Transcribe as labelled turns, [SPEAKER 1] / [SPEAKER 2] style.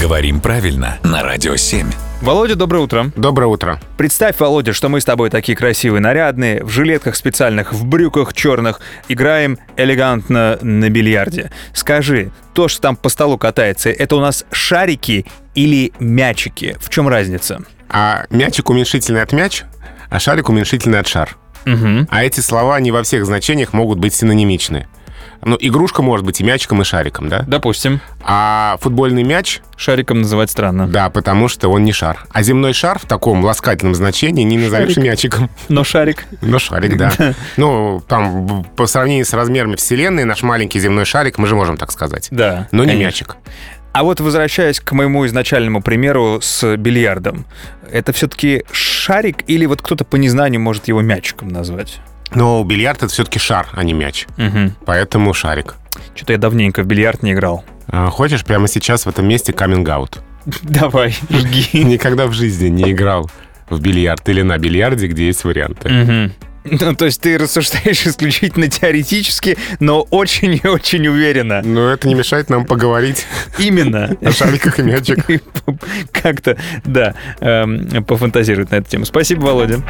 [SPEAKER 1] Говорим правильно на Радио 7.
[SPEAKER 2] Володя, доброе утро.
[SPEAKER 3] Доброе утро.
[SPEAKER 2] Представь, Володя, что мы с тобой такие красивые, нарядные, в жилетках специальных, в брюках черных, играем элегантно на бильярде. Скажи, то, что там по столу катается, это у нас шарики или мячики? В чем разница?
[SPEAKER 3] А мячик уменьшительный от мяч, а шарик уменьшительный от шар.
[SPEAKER 2] Угу.
[SPEAKER 3] А эти слова не во всех значениях могут быть синонимичны. Ну, игрушка может быть и мячиком, и шариком, да?
[SPEAKER 2] Допустим.
[SPEAKER 3] А футбольный мяч,
[SPEAKER 2] Шариком называть странно.
[SPEAKER 3] да, потому что он не шар. А земной шар в таком ласкательном значении не назовешь мячиком.
[SPEAKER 2] Но шарик.
[SPEAKER 3] Но шарик, да. Ну, там, б- по сравнению с размерами Вселенной, наш маленький земной шарик, мы же можем так сказать.
[SPEAKER 2] Да.
[SPEAKER 3] Но не
[SPEAKER 2] конечно.
[SPEAKER 3] мячик.
[SPEAKER 2] А вот возвращаясь к моему изначальному примеру с бильярдом, это все-таки шарик или вот кто-то по незнанию может его мячиком назвать?
[SPEAKER 3] Но бильярд это все-таки шар, а не мяч.
[SPEAKER 2] Угу.
[SPEAKER 3] Поэтому шарик.
[SPEAKER 2] Что-то я давненько в бильярд не играл.
[SPEAKER 3] А, Хочешь прямо сейчас в этом месте каминг-аут?
[SPEAKER 2] Давай, жги.
[SPEAKER 3] Никогда в жизни не играл в бильярд или на бильярде, где есть варианты.
[SPEAKER 2] Мгм. Ну, то есть ты рассуждаешь исключительно теоретически, но очень и очень уверенно.
[SPEAKER 3] Но это не мешает нам поговорить
[SPEAKER 2] Именно.
[SPEAKER 3] о шариках и мячиках.
[SPEAKER 2] Как-то, да, эм, пофантазировать на эту тему. Спасибо, Володя.